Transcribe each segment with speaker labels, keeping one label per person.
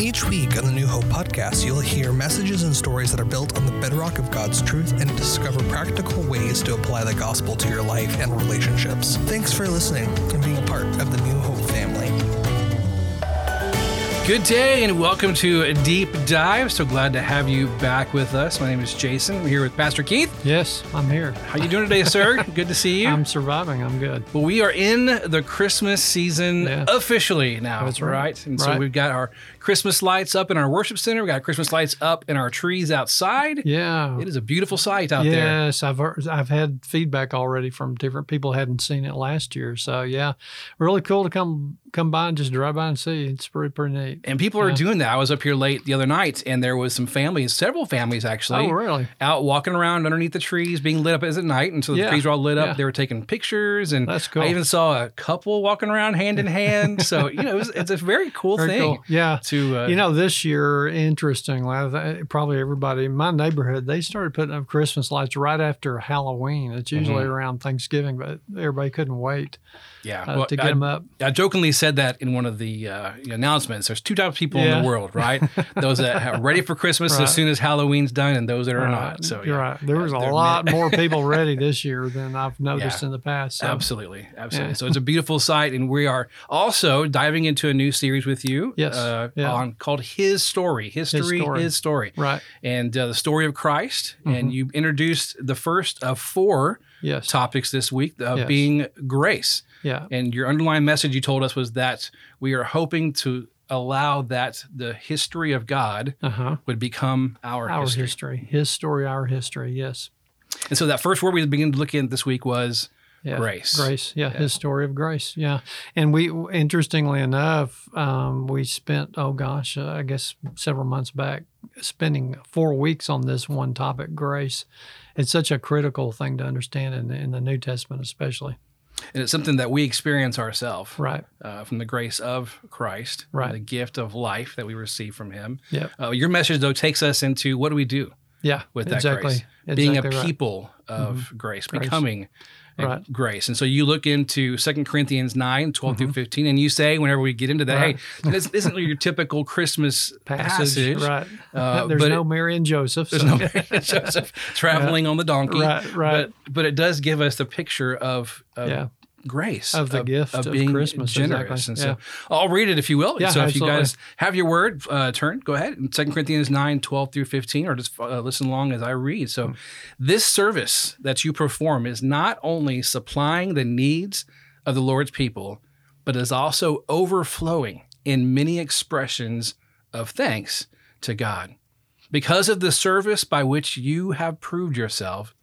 Speaker 1: Each week on the New Hope podcast, you'll hear messages and stories that are built on the bedrock of God's truth and discover practical ways to apply the gospel to your life and relationships. Thanks for listening and being a part of the New Hope family.
Speaker 2: Good day and welcome to a deep dive. So glad to have you back with us. My name is Jason. I'm here with Pastor Keith.
Speaker 3: Yes, I'm here.
Speaker 2: How you doing today, sir? Good to see you.
Speaker 3: I'm surviving. I'm good.
Speaker 2: well, we are in the Christmas season
Speaker 3: Yeah.
Speaker 2: officially now.
Speaker 3: That's right.
Speaker 2: And so
Speaker 3: Right.
Speaker 2: we've got our Christmas lights up in our worship center. We got Christmas lights up in our trees outside.
Speaker 3: Yeah.
Speaker 2: It is a beautiful sight out there.
Speaker 3: yes, I've heard, I've had feedback already from different people who hadn't seen it last year. So yeah, really cool to come come by and just drive by and see. It's pretty pretty neat.
Speaker 2: And people are doing that. I was up here late the other night and there was some families, several families actually.
Speaker 3: Oh really?
Speaker 2: out walking around underneath the trees, being lit up as at night. And so the
Speaker 3: Yeah,
Speaker 2: trees were all lit up.
Speaker 3: yeah.
Speaker 2: They were taking pictures, and
Speaker 3: That's cool.
Speaker 2: I even saw a couple walking around hand in hand. So you know, it was, it's a very cool
Speaker 3: Very
Speaker 2: thing
Speaker 3: cool. Yeah.
Speaker 2: to uh,
Speaker 3: You know, this year, interestingly, I th- probably everybody in my neighborhood, they started putting up Christmas lights right after Halloween. It's
Speaker 2: Mm-hmm.
Speaker 3: usually around Thanksgiving, but everybody couldn't wait
Speaker 2: yeah.
Speaker 3: uh,
Speaker 2: Well,
Speaker 3: to get
Speaker 2: I,
Speaker 3: them up.
Speaker 2: I jokingly said that in one of the uh, announcements. There's two types of people in
Speaker 3: Yeah.
Speaker 2: the world, right? Those that are ready for Christmas
Speaker 3: Right.
Speaker 2: as soon as Halloween's done, and those that are not.
Speaker 3: Right.
Speaker 2: So
Speaker 3: Uh, you're
Speaker 2: yeah.
Speaker 3: right. There
Speaker 2: Yeah,
Speaker 3: was a
Speaker 2: they're mid-
Speaker 3: lot more people ready this year than I've noticed in the past. So.
Speaker 2: Absolutely, absolutely.
Speaker 3: Yeah.
Speaker 2: So it's a beautiful site, and we are also diving into a new series with you.
Speaker 3: Yes,
Speaker 2: uh,
Speaker 3: yeah.
Speaker 2: on called His Story, History, His Story,
Speaker 3: Story. Right.
Speaker 2: and uh, the story of Christ.
Speaker 3: Mm-hmm.
Speaker 2: And you introduced the first of four
Speaker 3: Yes.
Speaker 2: topics this week of
Speaker 3: Yes.
Speaker 2: being grace.
Speaker 3: Yeah.
Speaker 2: And your underlying message you told us was that we are hoping to allow that the history of God
Speaker 3: Uh huh.
Speaker 2: would become our,
Speaker 3: Our
Speaker 2: history.
Speaker 3: history. His story, our history. Yes.
Speaker 2: And so that first word we began to look at this week was
Speaker 3: Yeah.
Speaker 2: Grace.
Speaker 3: Grace. Yeah. His story of grace. Yeah. And we, interestingly enough, um, we spent, oh gosh, uh, I guess several months back, spending four weeks on this one topic, grace. It's such a critical thing to understand in, in the New Testament, especially.
Speaker 2: and it's something that we experience ourselves
Speaker 3: Right.
Speaker 2: uh, from the grace of Christ, from
Speaker 3: Right.
Speaker 2: the gift of life that we receive from Him.
Speaker 3: Yep.
Speaker 2: Uh, your message though takes us into what do we do?
Speaker 3: Yeah.
Speaker 2: with that
Speaker 3: exactly.
Speaker 2: grace. Being
Speaker 3: Exactly
Speaker 2: a
Speaker 3: right. Mm-hmm.
Speaker 2: people of grace,
Speaker 3: Grace.
Speaker 2: becoming a
Speaker 3: Right.
Speaker 2: grace. And so you look into 2 Corinthians 9, 12 through 15, and you say, whenever we get into that,
Speaker 3: Mm-hmm. Right.
Speaker 2: hey, this isn't your typical Christmas passage.
Speaker 3: Right.
Speaker 2: Uh,
Speaker 3: there's
Speaker 2: but
Speaker 3: no
Speaker 2: it-
Speaker 3: Mary and Joseph.
Speaker 2: There's
Speaker 3: so-
Speaker 2: no Mary and Joseph traveling on the donkey.
Speaker 3: Right, right.
Speaker 2: But, but it does give us the picture of, of
Speaker 3: Yeah.
Speaker 2: grace
Speaker 3: Of the gift of
Speaker 2: being
Speaker 3: Christmas,
Speaker 2: generous.
Speaker 3: exactly.
Speaker 2: And so
Speaker 3: Yeah.
Speaker 2: I'll read it if you will.
Speaker 3: Yeah,
Speaker 2: so if you
Speaker 3: absolutely.
Speaker 2: guys have your word, uh, turn, go ahead. In 2 Corinthians 9, 12 through 15, or just uh, listen along as I read. So this service that you perform is not only supplying the needs of the Lord's people, but is also overflowing in many expressions of thanks to God. Because of the service by which you have proved yourself,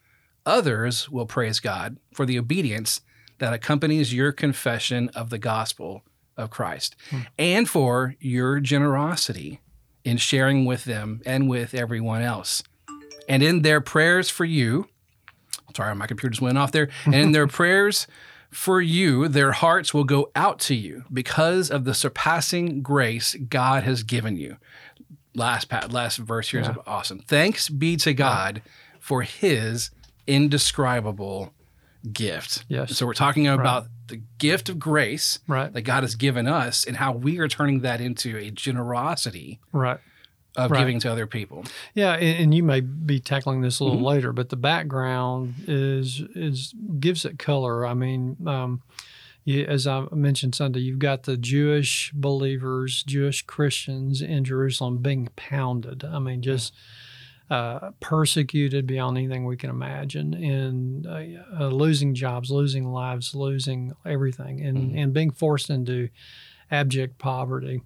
Speaker 2: others will praise God for the obedience that accompanies your confession of the gospel of Christ and for your generosity in sharing with them and with everyone else. And in their prayers for you, sorry, my computer just went off there, and in their prayers for you, their hearts will go out to you because of the surpassing grace God has given you. Last pa- last verse here is awesome. Thanks be to God for his indescribable gift.
Speaker 3: Yes.
Speaker 2: So we're talking about the gift of grace
Speaker 3: Right.
Speaker 2: that God has given us and how we are turning that into a generosity
Speaker 3: Right.
Speaker 2: of
Speaker 3: Right.
Speaker 2: giving to other people.
Speaker 3: Yeah, and, and you may be tackling this a little later, but the background is is gives it color. I mean, um, you, as I mentioned Sunday, you've got the Jewish believers, Jewish Christians in Jerusalem being pounded. I mean, just uh, persecuted beyond anything we can imagine, and uh, uh, losing jobs, losing lives, losing everything, and and being forced into abject poverty.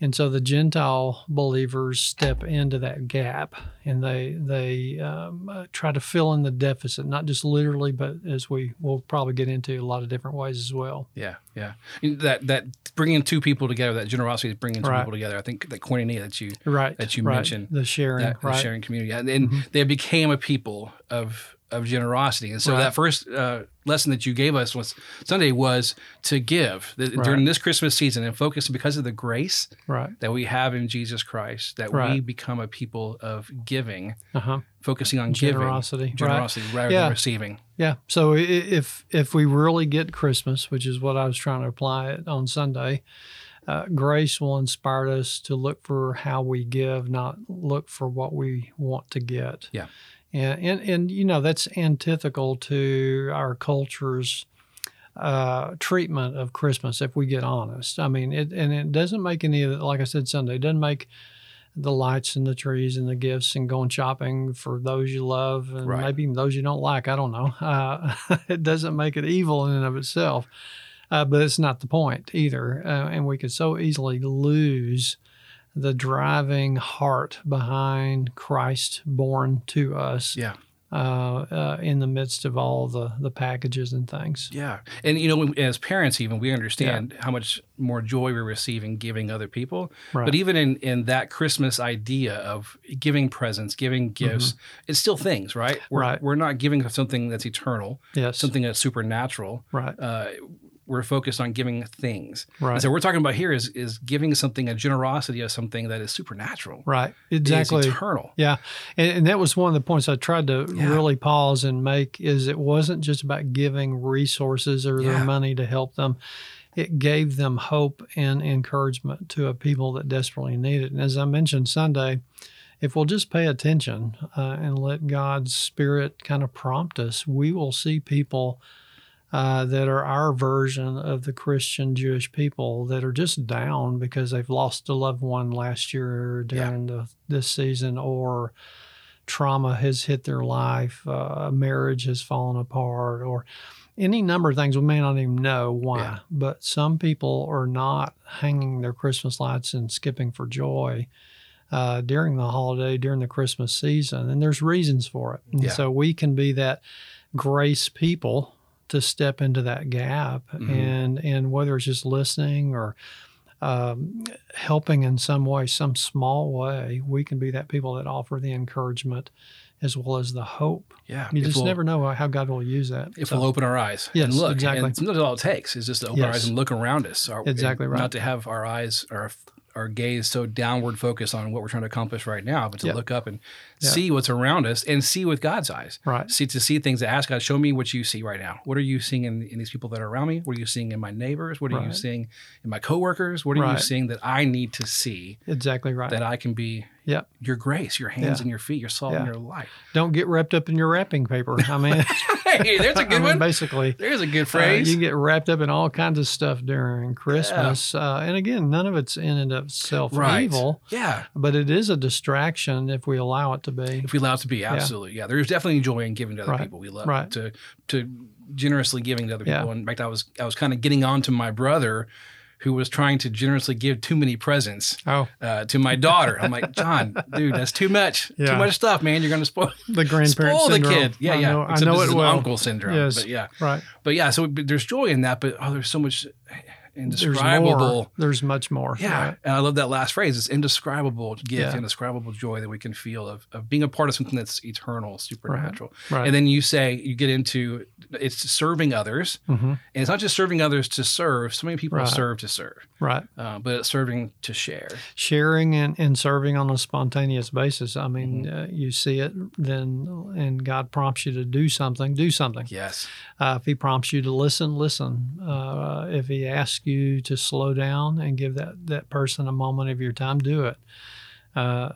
Speaker 3: And so the Gentile believers step into that gap, and they they um, uh, try to fill in the deficit, not just literally, but as we will probably get into a lot of different ways as well.
Speaker 2: Yeah, yeah. And That that bringing two people together, that generosity is bringing two
Speaker 3: Right.
Speaker 2: people together. I think that koinonia that you
Speaker 3: Right.
Speaker 2: That you
Speaker 3: right.
Speaker 2: mentioned.
Speaker 3: the sharing.
Speaker 2: that the
Speaker 3: right. Mm-hmm.
Speaker 2: sharing community, and, and they became a people of of generosity. And so
Speaker 3: Right.
Speaker 2: that first uh, lesson that you gave us was Sunday was to give Th- during
Speaker 3: Right.
Speaker 2: this Christmas season and focus because of the grace
Speaker 3: Right.
Speaker 2: that we have in Jesus Christ that we
Speaker 3: Right.
Speaker 2: become a people of giving,
Speaker 3: Uh huh.
Speaker 2: focusing on
Speaker 3: Generosity,
Speaker 2: giving,
Speaker 3: right.
Speaker 2: generosity rather
Speaker 3: Yeah.
Speaker 2: than receiving.
Speaker 3: Yeah. So i- if if we really get Christmas, which is what I was trying to apply it on Sunday, uh, grace will inspire us to look for how we give, not look for what we want to get.
Speaker 2: Yeah.
Speaker 3: And, and, and you know, that's antithetical to our culture's uh, treatment of Christmas, if we get honest. I mean, it, and it doesn't make any, of the- like I said Sunday, it doesn't make the lights and the trees and the gifts and going shopping for those you love and
Speaker 2: Right.
Speaker 3: maybe even those you don't like. I don't know. Uh, it doesn't make it evil in and of itself, uh, but it's not the point either. Uh, and we could so easily lose the driving heart behind Christ born to us.
Speaker 2: Yeah.
Speaker 3: Uh, uh, in the midst of all the the packages and things.
Speaker 2: Yeah. And, you know, when- as parents, even, we understand how much more joy we receive in giving other people.
Speaker 3: Right.
Speaker 2: But even in, in that Christmas idea of giving presents, giving gifts, it's still things, right? We're,
Speaker 3: Mm-hmm. Right.
Speaker 2: We're not giving something that's eternal,
Speaker 3: Yes.
Speaker 2: something that's supernatural.
Speaker 3: Right.
Speaker 2: Uh, we're focused on giving things.
Speaker 3: Right.
Speaker 2: And so what we're talking about here is is giving something a generosity of something that is supernatural.
Speaker 3: Right.
Speaker 2: It is
Speaker 3: Exactly.
Speaker 2: eternal.
Speaker 3: Yeah. And, and that was one of the points I tried to
Speaker 2: Yeah.
Speaker 3: really pause and make is it wasn't just about giving resources or
Speaker 2: Yeah.
Speaker 3: their money to help them. It gave them hope and encouragement to a people that desperately need it. And as I mentioned Sunday, if we'll just pay attention uh, and let God's spirit kind of prompt us, we will see people uh, that are our version of the Christian Jewish people that are just down because they've lost a loved one last year during the, this season, or trauma has hit their life, uh, marriage has fallen apart, or any number of things we may not even know why.
Speaker 2: Yeah.
Speaker 3: But some people are not hanging their Christmas lights and skipping for joy uh, during the holiday, during the Christmas season. And there's reasons for it. And
Speaker 2: Yeah.
Speaker 3: so we can be that grace people to step into that gap.
Speaker 2: Mhm.
Speaker 3: And, and whether it's just listening or um, helping in some way, some small way, we can be that people that offer the encouragement as well as the hope.
Speaker 2: Yeah.
Speaker 3: You
Speaker 2: If
Speaker 3: just
Speaker 2: we'll-
Speaker 3: never know how God will use that.
Speaker 2: If
Speaker 3: So-
Speaker 2: we'll open our eyes
Speaker 3: Yes,
Speaker 2: and look,
Speaker 3: exactly.
Speaker 2: and sometimes all it takes is just to open our
Speaker 3: Yes.
Speaker 2: eyes and look around us. Our-
Speaker 3: Exactly
Speaker 2: and
Speaker 3: right.
Speaker 2: Not to have our eyes or our gaze so downward focused on what we're trying to accomplish right now, but to
Speaker 3: Yeah.
Speaker 2: look up and
Speaker 3: Yeah.
Speaker 2: see what's around us and see with God's eyes.
Speaker 3: Right.
Speaker 2: See to see things. To ask God, show me what you see right now. What are you seeing in, in these people that are around me? What are you seeing in my neighbors? What are you
Speaker 3: Right.
Speaker 2: seeing in my coworkers? What are you
Speaker 3: Right.
Speaker 2: seeing that I need to see
Speaker 3: Exactly right.
Speaker 2: that I can be
Speaker 3: Yeah.
Speaker 2: your grace, your hands
Speaker 3: Yeah.
Speaker 2: and your feet, your salt and
Speaker 3: Yeah.
Speaker 2: your light.
Speaker 3: Don't get wrapped up in your wrapping paper. I mean,
Speaker 2: hey, there's a
Speaker 3: I
Speaker 2: good
Speaker 3: mean,
Speaker 2: one.
Speaker 3: Basically,
Speaker 2: There's a good
Speaker 3: uh,
Speaker 2: phrase.
Speaker 3: you get wrapped up in all kinds of stuff during Christmas, uh, and again, none of it's in and of itself
Speaker 2: Right.
Speaker 3: evil,
Speaker 2: yeah.
Speaker 3: but it is a distraction if we allow it to be.
Speaker 2: If we allow it to be, absolutely. Yeah. There's definitely joy in giving to other
Speaker 3: Right.
Speaker 2: people. We love
Speaker 3: Right.
Speaker 2: to to generously giving to other
Speaker 3: Yeah.
Speaker 2: people. And in fact, I was I was kind of getting on to my brother who was trying to generously give too many presents
Speaker 3: Oh,
Speaker 2: uh, to my daughter. I'm like, John, dude, that's too much. Too
Speaker 3: Yeah.
Speaker 2: much stuff, man. You're gonna spoil,
Speaker 3: the grandparent
Speaker 2: spoil the
Speaker 3: syndrome.
Speaker 2: kid. Yeah,
Speaker 3: I
Speaker 2: yeah.
Speaker 3: Know, I
Speaker 2: Except
Speaker 3: know
Speaker 2: this
Speaker 3: it
Speaker 2: is an
Speaker 3: well.
Speaker 2: uncle syndrome.
Speaker 3: Yes.
Speaker 2: But yeah.
Speaker 3: Right.
Speaker 2: But yeah, so but there's joy in that, but oh, there's so much
Speaker 3: There's
Speaker 2: indescribable.
Speaker 3: more. There's much more.
Speaker 2: Yeah.
Speaker 3: Right.
Speaker 2: And I love that last phrase. It's indescribable gift,
Speaker 3: Yeah.
Speaker 2: indescribable joy that we can feel of, of being a part of something that's eternal, supernatural.
Speaker 3: Right.
Speaker 2: And then you say, you get into it's serving others.
Speaker 3: Mhm.
Speaker 2: And it's not just serving others to serve. So many people
Speaker 3: Right.
Speaker 2: serve to serve,
Speaker 3: Right.
Speaker 2: uh, but it's serving to share.
Speaker 3: sharing and, and serving on a spontaneous basis. I mean,
Speaker 2: Mm-hmm.
Speaker 3: uh, you see it, then, and God prompts you to do something, do something.
Speaker 2: Yes.
Speaker 3: Uh, if He prompts you to listen, listen. Uh, if He asks you to slow down and give that, that person a moment of your time, do it. Uh,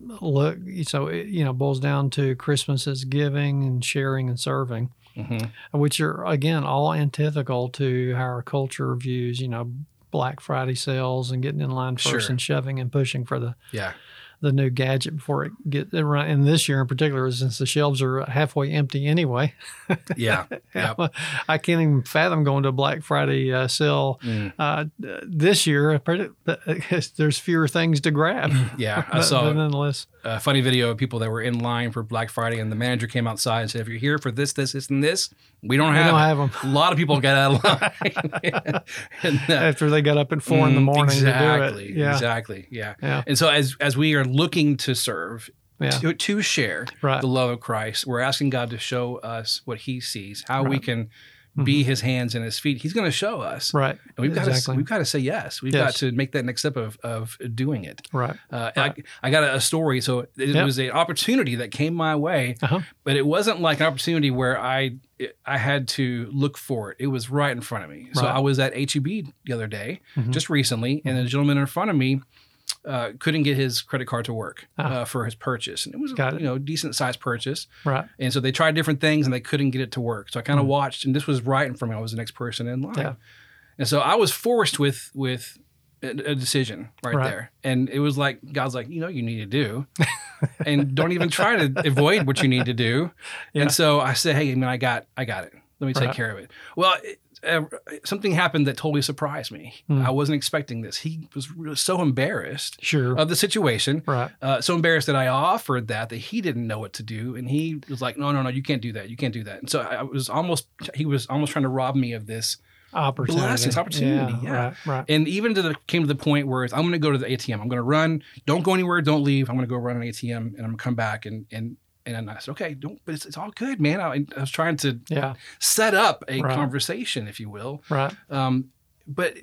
Speaker 3: look, so it, you know, boils down to Christmas is giving and sharing and serving
Speaker 2: Mhm.
Speaker 3: which are again all antithetical to how our culture views, you know, Black Friday sales and getting in line first
Speaker 2: Sure.
Speaker 3: and shoving and pushing for the
Speaker 2: Yeah.
Speaker 3: the new gadget before it get around. And this year in particular, since the shelves are halfway empty anyway,
Speaker 2: Yeah. Yep.
Speaker 3: I can't even fathom going to a Black Friday uh, sale
Speaker 2: Mm.
Speaker 3: uh, this year. There's fewer things to grab.
Speaker 2: Yeah. I
Speaker 3: But-
Speaker 2: saw
Speaker 3: but nonetess.
Speaker 2: a funny video of people that were in line for Black Friday, and the manager came outside and said, "If you're here for this, this, this, and this, we don't
Speaker 3: We
Speaker 2: have."
Speaker 3: don't
Speaker 2: it."
Speaker 3: have them
Speaker 2: A lot of people got out of line. And, uh,
Speaker 3: after they got up at four in the
Speaker 2: Mm,
Speaker 3: morning
Speaker 2: Exactly.
Speaker 3: to do it. Yeah,
Speaker 2: Exactly. Yeah.
Speaker 3: Yeah.
Speaker 2: And so as as we are looking to serve,
Speaker 3: yeah, Uh,
Speaker 2: to, to share
Speaker 3: right.
Speaker 2: the love of Christ, we're asking God to show us what He sees, how we
Speaker 3: Right. Mm-hmm.
Speaker 2: can be his hands and his feet. He's going to show us.
Speaker 3: Right.
Speaker 2: And we've got
Speaker 3: exactly.
Speaker 2: to we've got to say yes. We've got
Speaker 3: Yes.
Speaker 2: to make that next step of of doing it.
Speaker 3: right.
Speaker 2: Uh, I, I got a, a story. So it
Speaker 3: Yep.
Speaker 2: was an opportunity that came my way,
Speaker 3: Uh-huh.
Speaker 2: but it wasn't like an opportunity where I it- I had to look for it. It was right in front of me. So
Speaker 3: Right.
Speaker 2: I was at HEB the other day,
Speaker 3: Mhm.
Speaker 2: just recently, and the gentleman in front of me uh, couldn't get his credit card to work
Speaker 3: Ah.
Speaker 2: uh, for his purchase, and it was
Speaker 3: Got it.
Speaker 2: you know decent sized purchase.
Speaker 3: Right.
Speaker 2: And so they tried different things and they couldn't get it to work. So I kind of
Speaker 3: Mhm.
Speaker 2: watched, and this was right in front of me. I was the next person in line,
Speaker 3: Yeah.
Speaker 2: and so I was forced with with a, a decision right,
Speaker 3: Right.
Speaker 2: there. And it was like God's like, you know, what you need to do, and don't even try to avoid what you need to do.
Speaker 3: Yeah.
Speaker 2: And so I said, hey, I mean, I got I got it. Let me take
Speaker 3: Right.
Speaker 2: care of it. Well. It, uh, something happened that totally surprised me.
Speaker 3: Mm.
Speaker 2: I wasn't expecting this. He was really so embarrassed
Speaker 3: Sure.
Speaker 2: of the situation
Speaker 3: right.
Speaker 2: uh, so embarrassed that I offered that that he didn't know what to do, and he was like, "No, no, no, you can't do that. You can't do that." And so I I was almost he was almost trying to rob me of this,
Speaker 3: Opportunity.
Speaker 2: Blessings, opportunity, yeah.
Speaker 3: Right. Right.
Speaker 2: and even to the came to the point where it's, I'm going to go to the ATM. I'm going to run. Don't go anywhere. Don't leave. I'm going to go run an ATM, and I'm going to come back and and. And I said, okay, don't, but it's, it's all good, man. I, I was trying to
Speaker 3: Yeah.
Speaker 2: set up a
Speaker 3: Right.
Speaker 2: conversation, if you will.
Speaker 3: Right.
Speaker 2: Um, but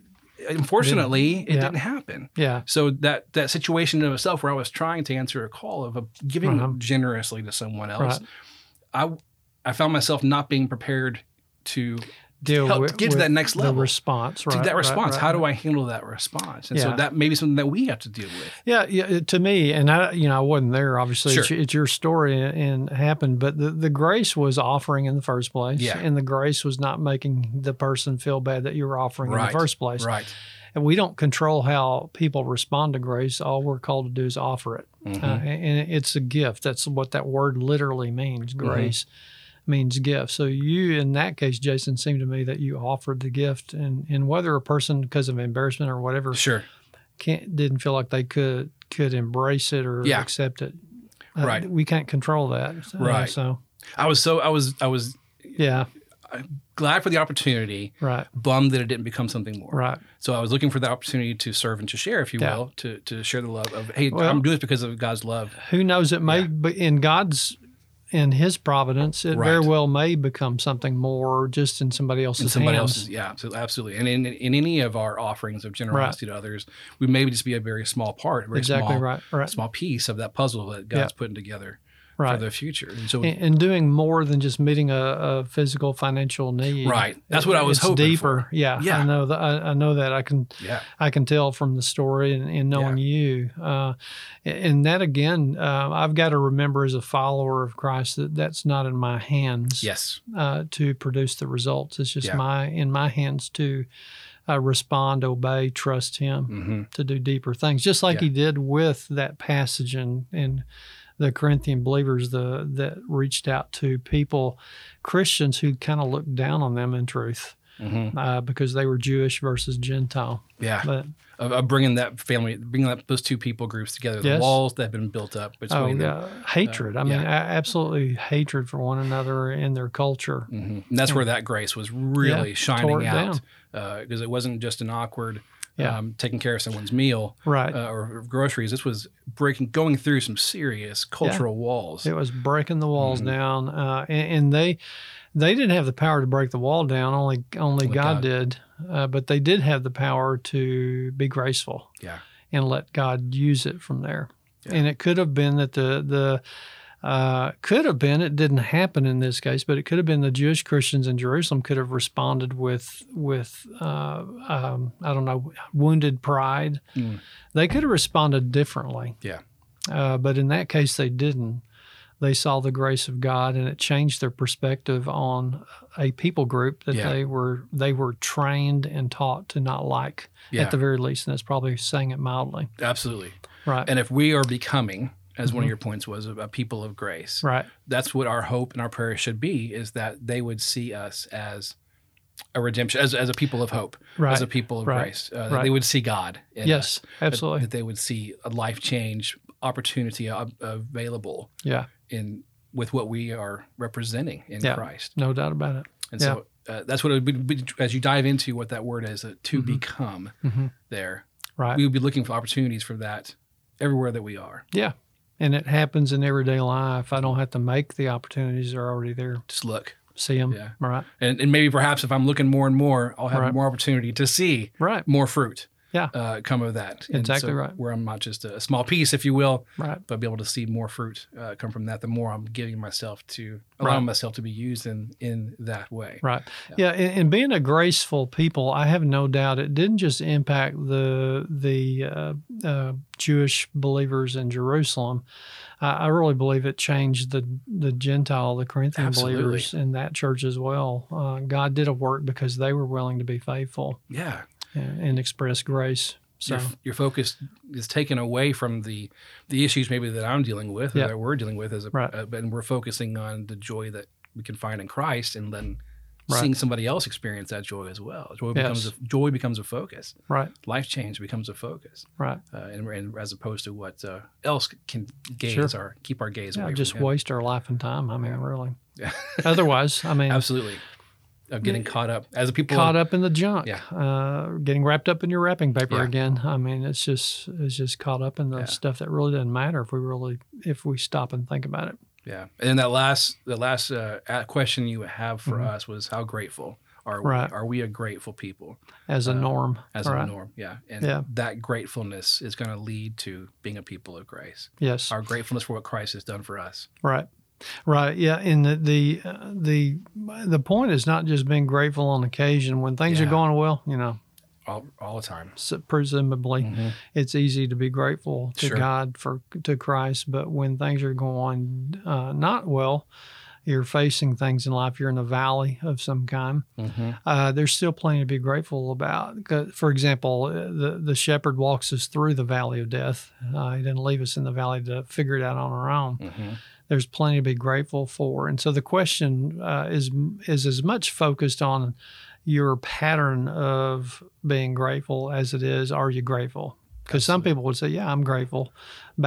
Speaker 2: unfortunately, it
Speaker 3: Yeah.
Speaker 2: didn't happen.
Speaker 3: Yeah.
Speaker 2: So that that situation in itself, where I was trying to answer a call of a, giving
Speaker 3: Uh-huh.
Speaker 2: generously to someone else,
Speaker 3: Right.
Speaker 2: I I found myself not being prepared to
Speaker 3: Deal
Speaker 2: help
Speaker 3: with,
Speaker 2: get to
Speaker 3: with
Speaker 2: that next level.
Speaker 3: The response. Right.
Speaker 2: to that
Speaker 3: right,
Speaker 2: response.
Speaker 3: right,
Speaker 2: How do I handle that response? And so
Speaker 3: Yeah.
Speaker 2: that may be something that we have to deal with.
Speaker 3: Yeah, yeah. it- To me, and I, you know, I wasn't there. Obviously, it's,
Speaker 2: Sure.
Speaker 3: it's your story and, and it happened, but the, the grace was offering in the first place,
Speaker 2: Yeah.
Speaker 3: and the grace was not making the person feel bad that you were offering
Speaker 2: Right,
Speaker 3: in the first place.
Speaker 2: Right.
Speaker 3: And we don't control how people respond to grace. All we're called to do is offer it,
Speaker 2: Mhm.
Speaker 3: Uh, and it's a gift. That's what that word literally means.
Speaker 2: Mm-hmm.
Speaker 3: Grace means gift. So you, in that case, Jason, seemed to me that you offered the gift, and and whether a person because of embarrassment or whatever
Speaker 2: sure.
Speaker 3: can't didn't feel like they could could embrace it or
Speaker 2: Yeah.
Speaker 3: accept it. Uh,
Speaker 2: Right.
Speaker 3: We can't control that. So,
Speaker 2: Right.
Speaker 3: So
Speaker 2: I was so I was I was
Speaker 3: yeah.
Speaker 2: glad for the opportunity,
Speaker 3: Right.
Speaker 2: bummed that it didn't become something more.
Speaker 3: Right.
Speaker 2: So I was looking for the opportunity to serve and to share, if you
Speaker 3: Yeah.
Speaker 2: will, to to share the love of hey,
Speaker 3: Well-
Speaker 2: I'm doing this because of God's love.
Speaker 3: Who knows? It may, but in God's, in His providence, it very
Speaker 2: Right.
Speaker 3: well may become something more, just in somebody else's
Speaker 2: in somebody
Speaker 3: hands.
Speaker 2: else's yeah abso- absolutely and in, in any of our offerings of generosity to others we may just be a very small part a very
Speaker 3: Exactly
Speaker 2: small,
Speaker 3: right. Right.
Speaker 2: small piece of that puzzle that god's putting together
Speaker 3: Right.
Speaker 2: for the future and so
Speaker 3: and, and doing more than just meeting a, a physical financial need.
Speaker 2: Right. That's what I was
Speaker 3: it's
Speaker 2: hoping
Speaker 3: Deeper. Yeah.
Speaker 2: Yeah.
Speaker 3: I know that. I, I know that. I can.
Speaker 2: yeah
Speaker 3: I can tell from the story and, and knowing you. Uh, and that again, uh, I've got to remember as a follower of Christ that that's not in my hands
Speaker 2: yes
Speaker 3: uh, to produce the results. It's just
Speaker 2: Yeah.
Speaker 3: my in my hands to uh, respond, obey, trust Him
Speaker 2: hmm
Speaker 3: to do deeper things, just like
Speaker 2: Yeah.
Speaker 3: He did with that passage in in the Corinthian believers the, that reached out to people, Christians who kind of looked down on them in truth
Speaker 2: hmm
Speaker 3: uh, because they were Jewish versus Gentile,
Speaker 2: yeah
Speaker 3: but.
Speaker 2: of, of bringing that family bringing that, those two people groups together the
Speaker 3: Yes.
Speaker 2: walls that have been built up
Speaker 3: Oh,
Speaker 2: between them Uh,
Speaker 3: yeah. hatred. I mean,
Speaker 2: yeah.
Speaker 3: a absolutely hatred for one another and their culture.
Speaker 2: hmm and that's where that grace was really
Speaker 3: Yeah, tore
Speaker 2: shining
Speaker 3: it
Speaker 2: out because it wasn't just an awkward
Speaker 3: Yeah.
Speaker 2: um, taking care of someone's meal
Speaker 3: Right.
Speaker 2: uh, or groceries. This was breaking, going through some serious cultural walls.
Speaker 3: it was breaking the walls
Speaker 2: Mm-hmm.
Speaker 3: down, uh, and, and they they didn't have the power to break the wall down. Only only God,
Speaker 2: God.
Speaker 3: did, uh, but they did have the power to be graceful.
Speaker 2: Yeah.
Speaker 3: and let God use it from there.
Speaker 2: Yeah.
Speaker 3: And it could have been that the the uh, could have been it didn't happen in this case, but it could have been the Jewish Christians in Jerusalem could have responded with with uh, um, I don't know wounded pride.
Speaker 2: Mm.
Speaker 3: They could have responded differently.
Speaker 2: Yeah.
Speaker 3: uh, but in that case they didn't. They saw the grace of God, and it changed their perspective on a people group that
Speaker 2: Yeah.
Speaker 3: they were they were trained and taught to not like
Speaker 2: Yeah.
Speaker 3: at the very least, and that's probably saying it mildly.
Speaker 2: Absolutely.
Speaker 3: Right.
Speaker 2: And if we are becoming, as one
Speaker 3: Mhm.
Speaker 2: of your points was, a a people of grace,
Speaker 3: right.
Speaker 2: that's what our hope and our prayer should be is that they would see us as a redemption, as, as a people of hope,
Speaker 3: Right.
Speaker 2: as a people of
Speaker 3: Right.
Speaker 2: grace. Uh, that
Speaker 3: Right.
Speaker 2: They would see God. In us.
Speaker 3: yes.
Speaker 2: That-
Speaker 3: Absolutely.
Speaker 2: That, they would see a life change opportunity a- available
Speaker 3: yeah.
Speaker 2: in with what we are representing in
Speaker 3: Yeah.
Speaker 2: Christ.
Speaker 3: No doubt about it.
Speaker 2: And so uh, that's what it would be, as you dive into what that word is uh, to become
Speaker 3: Mhm.
Speaker 2: there.
Speaker 3: Mm-hmm. Right.
Speaker 2: Mm-hmm. We would be looking for opportunities for that everywhere that we are.
Speaker 3: yeah. And it happens in everyday life. I don't have to make the opportunities; they're already there.
Speaker 2: Just look.
Speaker 3: see them.
Speaker 2: Yeah.
Speaker 3: Right.
Speaker 2: And, and maybe perhaps if I'm looking more and more, I'll have
Speaker 3: Right.
Speaker 2: more opportunity to see
Speaker 3: Right.
Speaker 2: more fruit
Speaker 3: Yeah.
Speaker 2: uh, come of that. And
Speaker 3: Exactly right.
Speaker 2: Where I'm not just a small piece, if you will,
Speaker 3: Right.
Speaker 2: but be able to see more fruit uh, come from that. The more I'm giving myself to allowing
Speaker 3: Right.
Speaker 2: myself to be used in in that way.
Speaker 3: Right. Yeah. and, and being a graceful people, I have no doubt it didn't just impact the the uh, uh, Jewish believers in Jerusalem. I, I really believe it changed the the Gentile, the Corinthian
Speaker 2: Absolutely.
Speaker 3: believers in that church as well. Uh, God did a work because they were willing to be faithful
Speaker 2: Yeah.
Speaker 3: and, and express grace. So
Speaker 2: Your, your focus is taken away from the the issues maybe that I'm dealing with or
Speaker 3: Yeah.
Speaker 2: that we're dealing with as a
Speaker 3: Right.
Speaker 2: uh, and we're focusing on the joy that we can find in Christ and then
Speaker 3: Right.
Speaker 2: seeing somebody else experience that joy as well. Joy becomes
Speaker 3: Yes.
Speaker 2: a, joy becomes a focus.
Speaker 3: right,
Speaker 2: Life change becomes a focus.
Speaker 3: right.
Speaker 2: uh, and, and as opposed to what uh, else can gaze
Speaker 3: Sure.
Speaker 2: our keep our gaze
Speaker 3: Yeah,
Speaker 2: away
Speaker 3: just
Speaker 2: from him.
Speaker 3: waste our life and time. I mean, really.
Speaker 2: Yeah.
Speaker 3: Otherwise, I mean,
Speaker 2: absolutely of getting caught up as the people
Speaker 3: caught up in the junk,
Speaker 2: Yeah.
Speaker 3: uh, getting wrapped up in your wrapping paper
Speaker 2: Yeah.
Speaker 3: again. I mean, it's just it's just caught up in the
Speaker 2: Yeah.
Speaker 3: stuff that really doesn't matter if we really if we stop and think about it.
Speaker 2: yeah and then that last the last uh, a- question you have for
Speaker 3: Mhm.
Speaker 2: us was how grateful are
Speaker 3: Right.
Speaker 2: we are we a grateful people
Speaker 3: As a
Speaker 2: Uh,
Speaker 3: norm,
Speaker 2: as
Speaker 3: All
Speaker 2: a
Speaker 3: right.
Speaker 2: norm yeah and
Speaker 3: Yeah.
Speaker 2: that gratefulness is going to lead to being a people of grace
Speaker 3: yes,
Speaker 2: our gratefulness for what Christ has done for us
Speaker 3: right, right, yeah. And the the uh, the, the point is not just being grateful on occasion when things
Speaker 2: Yeah.
Speaker 3: are going well. You know,
Speaker 2: all, all the time Mm-hmm.
Speaker 3: s- presumably it's easy to be grateful to
Speaker 2: Mm. Sure.
Speaker 3: God for to Christ, but when things are going uh, not well, you're facing things in life. You're in a valley of some kind.
Speaker 2: Mm-hmm.
Speaker 3: Uh, there's still plenty to be grateful about. 'Cause, For example, uh, the the shepherd walks us through the valley of death. Uh, he didn't leave us in the valley to figure it out on our own.
Speaker 2: Mm-hmm.
Speaker 3: There's plenty to be grateful for. And so the question uh, is is as much focused on your pattern of being grateful as it is are you grateful? Because some people would say, "Yeah, I'm grateful."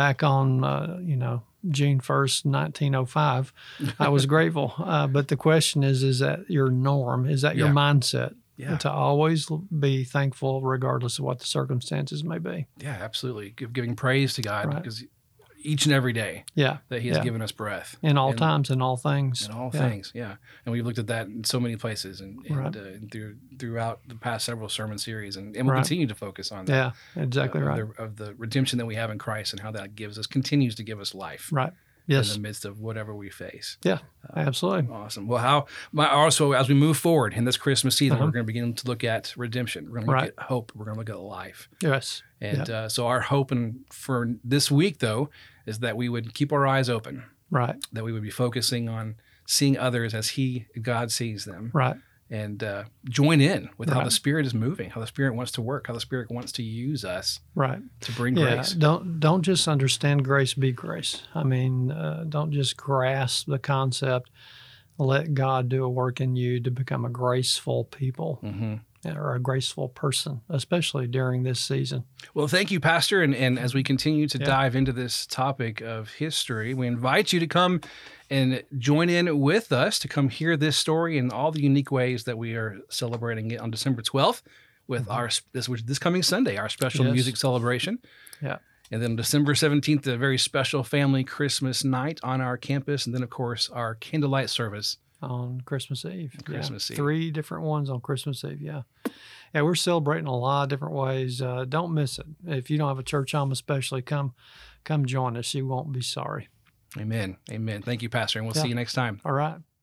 Speaker 3: Back on uh, you know June 1st, 1905. I was grateful. Uh, but the question is, is that your norm? Is that your
Speaker 2: Yeah.
Speaker 3: mindset?
Speaker 2: yeah
Speaker 3: To always l- be thankful, regardless of what the circumstances may be.
Speaker 2: yeah absolutely Give, giving praise to God
Speaker 3: Right.
Speaker 2: because each and every day
Speaker 3: Yeah.
Speaker 2: that he has
Speaker 3: Yeah.
Speaker 2: given us breath
Speaker 3: In all
Speaker 2: And-
Speaker 3: times, in all things.
Speaker 2: in all
Speaker 3: Yeah.
Speaker 2: things. Yeah, and we've looked at that in so many places and, and
Speaker 3: Right.
Speaker 2: uh, and through, throughout the past several sermon series, and, and we'll
Speaker 3: Right.
Speaker 2: continue to focus on that.
Speaker 3: Yeah, exactly
Speaker 2: uh,
Speaker 3: right.
Speaker 2: Of the, of the redemption that we have in Christ and how that gives us continues to give us life
Speaker 3: Right.
Speaker 2: in
Speaker 3: Yes.
Speaker 2: the midst of whatever we face.
Speaker 3: Yeah,
Speaker 2: uh,
Speaker 3: absolutely.
Speaker 2: Awesome. Well, how my also as we move forward in this Christmas season,
Speaker 3: Uh-huh.
Speaker 2: we're going to begin to look at redemption. We're going to look
Speaker 3: Right.
Speaker 2: at hope. We're going to look at life.
Speaker 3: Yes.
Speaker 2: And uh, so our hope and for this week though is that we would keep our eyes open,
Speaker 3: Right.
Speaker 2: that we would be focusing on seeing others as He God sees them,
Speaker 3: Right.
Speaker 2: and uh, join in with how
Speaker 3: Right.
Speaker 2: the Spirit is moving, how the Spirit wants to work, how the Spirit wants to use us
Speaker 3: Right.
Speaker 2: to bring
Speaker 3: yeah.
Speaker 2: grace.
Speaker 3: Don't don't just understand grace. Be grace. I mean, uh, don't just grasp the concept. Let God do a work in you to become a graceful people.
Speaker 2: Mhm.
Speaker 3: or a graceful person, especially during this season.
Speaker 2: Well, thank you, Pastor. And, and as we continue to
Speaker 3: Yeah.
Speaker 2: dive into this topic of history, we invite you to come and join in with us to come hear this story and all the unique ways that we are celebrating it on December 12th with our this which this coming Sunday, our special
Speaker 3: Mm-hmm. Yes.
Speaker 2: music celebration.
Speaker 3: Yeah.
Speaker 2: And then December 17th, a very special family Christmas night on our campus. And then, of course, our candlelight service.
Speaker 3: On Christmas Eve. yeah.
Speaker 2: Christmas Eve.
Speaker 3: Three different ones on Christmas Eve. Yeah. Yeah, we're celebrating a lot of different ways. Uh, don't miss it. If you don't have a church home, especially, come come join us. You won't be sorry.
Speaker 2: Amen. Amen. Thank you, Pastor. And we'll
Speaker 3: Yeah.
Speaker 2: see you next time.
Speaker 3: All right.